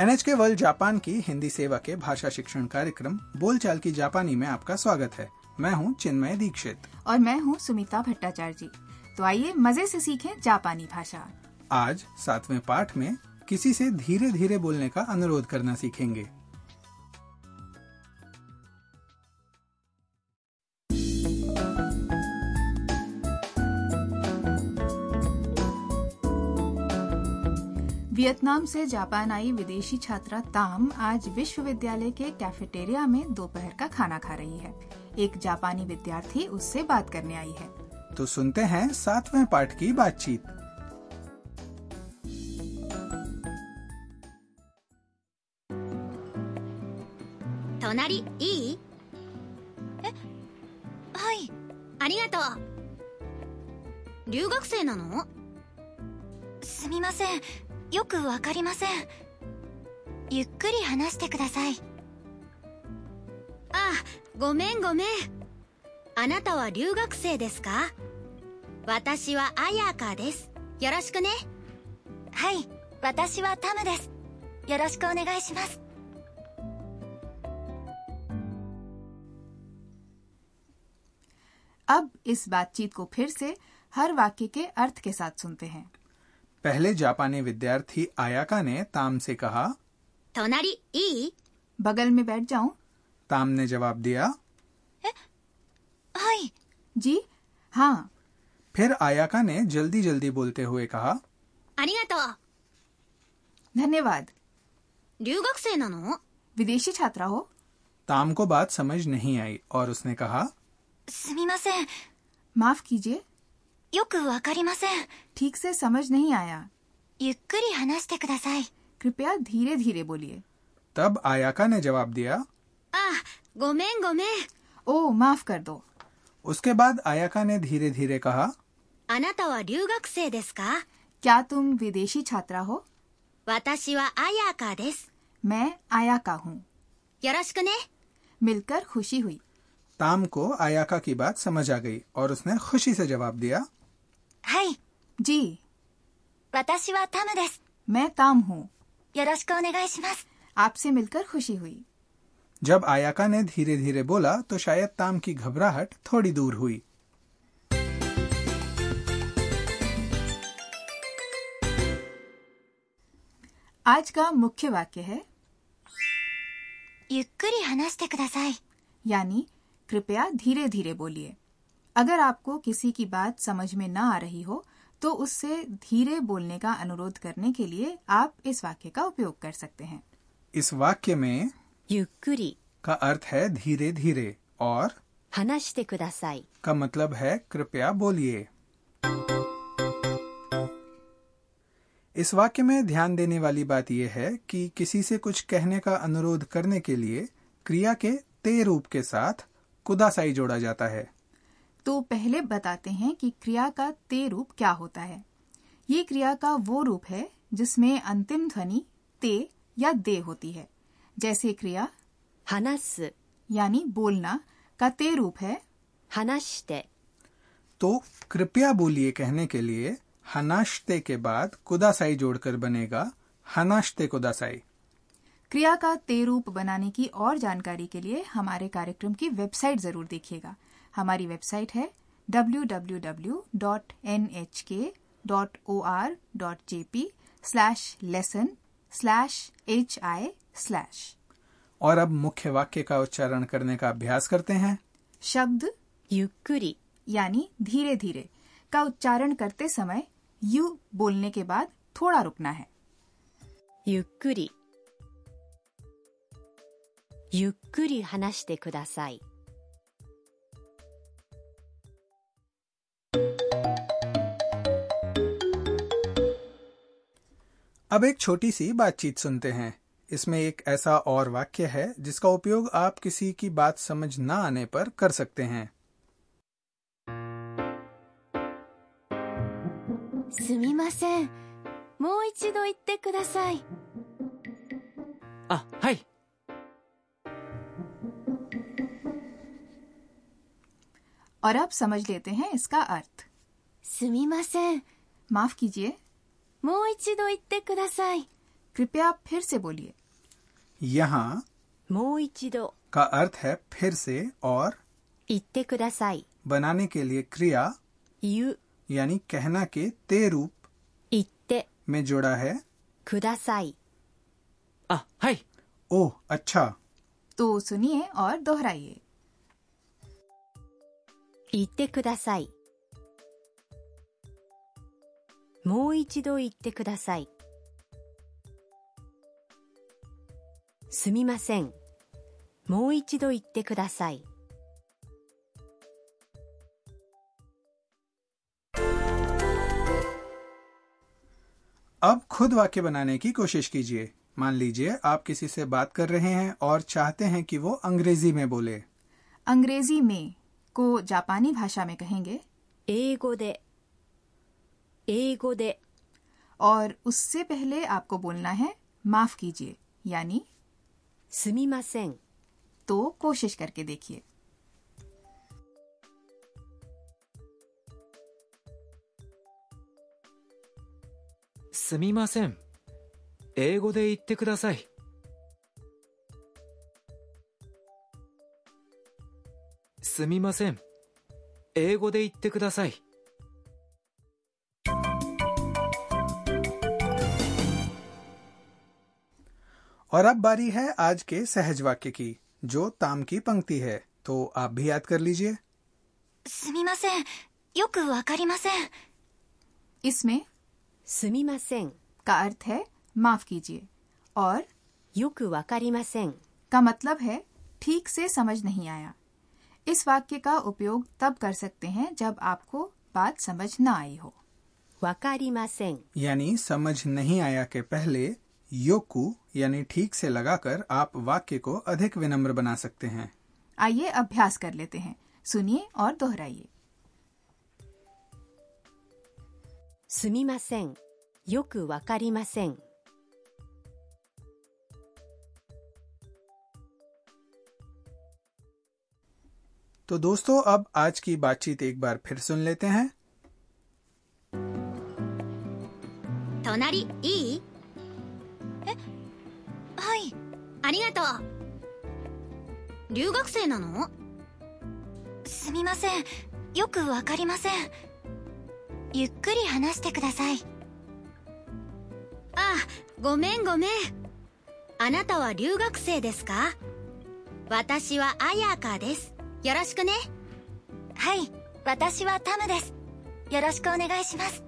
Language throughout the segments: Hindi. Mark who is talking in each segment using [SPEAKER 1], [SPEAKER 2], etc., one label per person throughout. [SPEAKER 1] NHK वर्ल्ड जापान की हिंदी सेवा के भाषा शिक्षण कार्यक्रम बोलचाल की जापानी में आपका स्वागत है मैं हूं चिन्मय दीक्षित
[SPEAKER 2] और मैं हूँ सुमिता भट्टाचार्य जी तो आइए मजे से सीखें जापानी भाषा
[SPEAKER 1] आज सातवें पाठ में किसी से धीरे धीरे बोलने का अनुरोध करना सीखेंगे
[SPEAKER 2] वियतनाम से जापान आई विदेशी छात्रा ताम आज विश्वविद्यालय के कैफेटेरिया में दोपहर का खाना खा रही है एक जापानी विद्यार्थी उससे बात करने आई है
[SPEAKER 1] तो सुनते हैं सातवें पाठ की बातचीत
[SPEAKER 3] 隣いいえはいありがとう留学生なのすみませんよくわかりませんゆっくり話してくださいあごめんごめんあなたは留学生ですか私はアヤカですよろしくねはい私はタムですよろしくお願いします
[SPEAKER 2] अब इस बातचीत को फिर से हर वाक्य के अर्थ के साथ सुनते हैं
[SPEAKER 1] पहले जापानी विद्यार्थी आयाका ने ताम से कहा
[SPEAKER 3] 隣いい
[SPEAKER 2] बगल में बैठ जाऊं
[SPEAKER 1] ताम ने जवाब दिया
[SPEAKER 3] はい
[SPEAKER 2] जी हाँ
[SPEAKER 1] फिर आयाका ने जल्दी जल्दी बोलते हुए कहा
[SPEAKER 3] ありがとう
[SPEAKER 2] धन्यवाद
[SPEAKER 3] 留学生なの
[SPEAKER 2] विदेशी छात्रा हो
[SPEAKER 1] ताम को बात समझ नहीं आई और उसने कहा
[SPEAKER 3] すみません
[SPEAKER 2] माफ कीजिए
[SPEAKER 3] よくわかりません
[SPEAKER 2] ठीक से समझ नहीं आया
[SPEAKER 3] ゆっくり話してください
[SPEAKER 2] कृपया धीरे धीरे बोलिए
[SPEAKER 1] तब आयाका ने जवाब दिया
[SPEAKER 3] あごめんごめん
[SPEAKER 2] ओ माफ कर दो
[SPEAKER 1] उसके बाद आयाका ने धीरे धीरे कहा
[SPEAKER 3] あなたは留学生ですか
[SPEAKER 2] क्या तुम विदेशी छात्रा हो
[SPEAKER 3] 私はアヤカです。
[SPEAKER 2] मैं आयाका हूँ
[SPEAKER 3] よろしくね。
[SPEAKER 2] मिलकर खुशी हुई
[SPEAKER 1] ताम को आयाका की बात समझ आ गई और उसने खुशी से जवाब दिया
[SPEAKER 3] はい。
[SPEAKER 2] जी
[SPEAKER 3] 私はタムです。
[SPEAKER 2] मैं ताम हूँ
[SPEAKER 3] よろしくお願いします。
[SPEAKER 2] आपसे मिलकर खुशी हुई
[SPEAKER 1] जब आयाका ने धीरे धीरे बोला तो शायद ताम की घबराहट थोड़ी दूर हुई
[SPEAKER 2] आज का मुख्य वाक्य है
[SPEAKER 3] ゆっくり話してください。
[SPEAKER 2] यानी कृपया धीरे धीरे बोलिए अगर आपको किसी की बात समझ में ना आ रही हो तो उससे धीरे बोलने का अनुरोध करने के लिए आप इस वाक्य का उपयोग कर सकते हैं
[SPEAKER 1] इस वाक्य में
[SPEAKER 3] ゆっくり
[SPEAKER 1] का अर्थ है धीरे धीरे और
[SPEAKER 3] 話してください。
[SPEAKER 1] का मतलब है कृपया बोलिए इस वाक्य में ध्यान देने वाली बात यह है कि किसी से कुछ कहने का अनुरोध करने के लिए क्रिया के ते रूप के साथ कुदासाई जोड़ा जाता है
[SPEAKER 2] तो पहले बताते हैं कि क्रिया का ते रूप क्या होता है ये क्रिया का वो रूप है जिसमें अंतिम ध्वनि ते या दे होती है जैसे क्रिया
[SPEAKER 3] 話す、
[SPEAKER 2] यानी बोलना का ते रूप है
[SPEAKER 3] 話して、
[SPEAKER 1] तो कृपया बोलिए कहने के लिए हनाश्ते के बाद कुदासाई जोड़कर बनेगा हनाश्ते कुदासाई
[SPEAKER 2] क्रिया का ते रूप बनाने की और जानकारी के लिए हमारे कार्यक्रम की वेबसाइट जरूर देखिएगा हमारी वेबसाइट है www.nhk.or.jp/lesson/hi/slash
[SPEAKER 1] और अब मुख्य वाक्य का उच्चारण करने का अभ्यास करते हैं
[SPEAKER 2] शब्द
[SPEAKER 3] ゆっくり、
[SPEAKER 2] यानी धीरे धीरे का उच्चारण करते समय यू बोलने के बाद थोड़ा रुकना है
[SPEAKER 3] ゆっくり。ゆっくり話してください。
[SPEAKER 1] अब एक छोटी सी बातचीत सुनते हैं इसमें एक ऐसा और वाक्य है जिसका उपयोग आप किसी की बात समझ न आने पर कर सकते हैं
[SPEAKER 3] すみません。もう一度言ってください。
[SPEAKER 4] あはい
[SPEAKER 2] और अब समझ लेते हैं इसका अर्थ
[SPEAKER 3] すみません。
[SPEAKER 2] माफ कीजिए
[SPEAKER 3] もう一度言ってください。
[SPEAKER 2] कृपया फिर से बोलिए
[SPEAKER 1] यहाँ
[SPEAKER 5] もう一度
[SPEAKER 1] का अर्थ है फिर से और
[SPEAKER 5] 言ってください
[SPEAKER 1] बनाने के लिए क्रिया
[SPEAKER 5] 言う
[SPEAKER 1] यानी कहना के ते रूप
[SPEAKER 5] 言って、
[SPEAKER 1] में जोड़ा है
[SPEAKER 5] ください。
[SPEAKER 4] あ、はい。
[SPEAKER 1] ओह अच्छा
[SPEAKER 2] तो सुनिए और दोहराइए
[SPEAKER 5] 言ってください。もう一度言ってください。すみません。もう一度言ってください。
[SPEAKER 1] अब खुद वाक्य बनाने की कोशिश कीजिए मान लीजिए आप किसी से बात कर रहे हैं और चाहते हैं कि वो अंग्रेजी में बोले
[SPEAKER 2] अंग्रेजी में को जापानी भाषा में कहेंगे
[SPEAKER 5] 英語で、英語で、
[SPEAKER 2] और उससे पहले आपको बोलना है माफ कीजिए यानी
[SPEAKER 5] すみません。
[SPEAKER 2] तो कोशिश करके देखिए
[SPEAKER 4] すみません。英語で言ってください。すみません。英語で言ってください。
[SPEAKER 1] और अब बारी है आज के सहज वाक्य की जो ताम की पंक्ति है तो आप भी याद कर लीजिए
[SPEAKER 3] すみませんよくわかりません
[SPEAKER 2] इसमें
[SPEAKER 5] すみません。
[SPEAKER 2] का अर्थ है माफ कीजिए और
[SPEAKER 5] よくわかりません。
[SPEAKER 2] का मतलब है ठीक से समझ नहीं आया इस वाक्य का उपयोग तब कर सकते हैं जब आपको बात समझ ना आई हो
[SPEAKER 5] わかりません。
[SPEAKER 1] यानी समझ नहीं आया के पहले योकु यानी ठीक से लगाकर आप वाक्य को अधिक विनम्र बना सकते हैं
[SPEAKER 2] आइए अभ्यास कर लेते हैं सुनिए और दोहराइए
[SPEAKER 5] すみません。よくわかりません。
[SPEAKER 1] तो दोस्तों अब आज की बातचीत एक बार फिर सुन लेते हैं
[SPEAKER 3] 隣いいえはいありがとう留学生なのすみませんよくわかりませんゆっくり話してくださいあごめんごめんあなたは留学生ですか私はアヤーカーですよろしくねはい私はタムですよろしくお願いします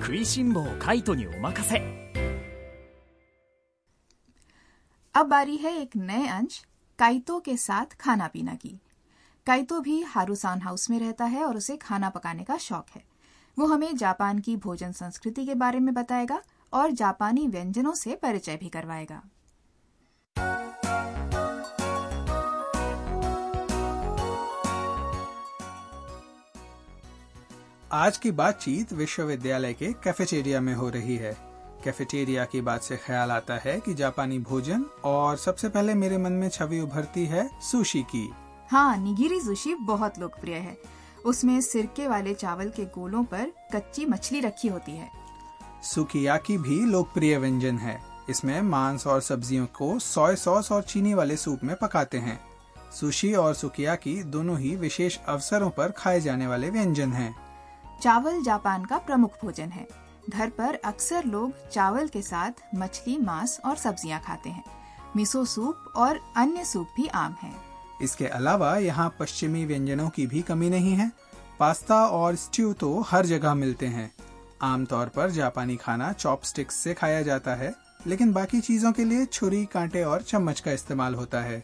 [SPEAKER 6] 食いしん坊カイトにお任せ
[SPEAKER 2] अब बारी है एक नए अंश काइतो के साथ खाना पीना की काइतो भी हारूसान हाउस में रहता है और उसे खाना पकाने का शौक है वो हमें जापान की भोजन संस्कृति के बारे में बताएगा और जापानी व्यंजनों से परिचय भी करवाएगा
[SPEAKER 1] आज की बातचीत विश्वविद्यालय के कैफेटेरिया में हो रही है कैफेटेरिया की बात से ख्याल आता है कि जापानी भोजन और सबसे पहले मेरे मन में छवि उभरती है सुशी की
[SPEAKER 2] हाँ निगिरी सुशी बहुत लोकप्रिय है उसमें सिरके वाले चावल के गोलों पर कच्ची मछली रखी होती है
[SPEAKER 1] सुकियाकी भी लोकप्रिय व्यंजन है इसमें मांस और सब्जियों को सोय सॉस और चीनी वाले सूप में पकाते हैं सुशी और सुकियाकी दोनों ही विशेष अवसरों पर खाए जाने वाले व्यंजन हैं।
[SPEAKER 2] चावल जापान का प्रमुख भोजन है घर पर अक्सर लोग चावल के साथ मछली मांस और सब्जियां खाते हैं मिसो सूप और अन्य सूप भी आम हैं।
[SPEAKER 1] इसके अलावा यहाँ पश्चिमी व्यंजनों की भी कमी नहीं है पास्ता और स्ट्यू तो हर जगह मिलते हैं आमतौर पर जापानी खाना चॉपस्टिक्स से खाया जाता है लेकिन बाकी चीजों के लिए छुरी कांटे और चम्मच का इस्तेमाल होता है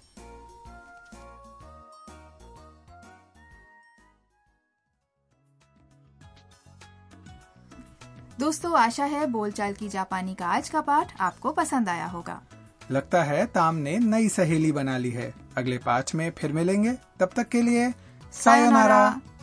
[SPEAKER 2] दोस्तों आशा है बोलचाल की जापानी का आज का पाठ आपको पसंद आया होगा
[SPEAKER 1] लगता है ताम ने नई सहेली बना ली है अगले पाठ में फिर मिलेंगे तब तक के लिए सायोनारा।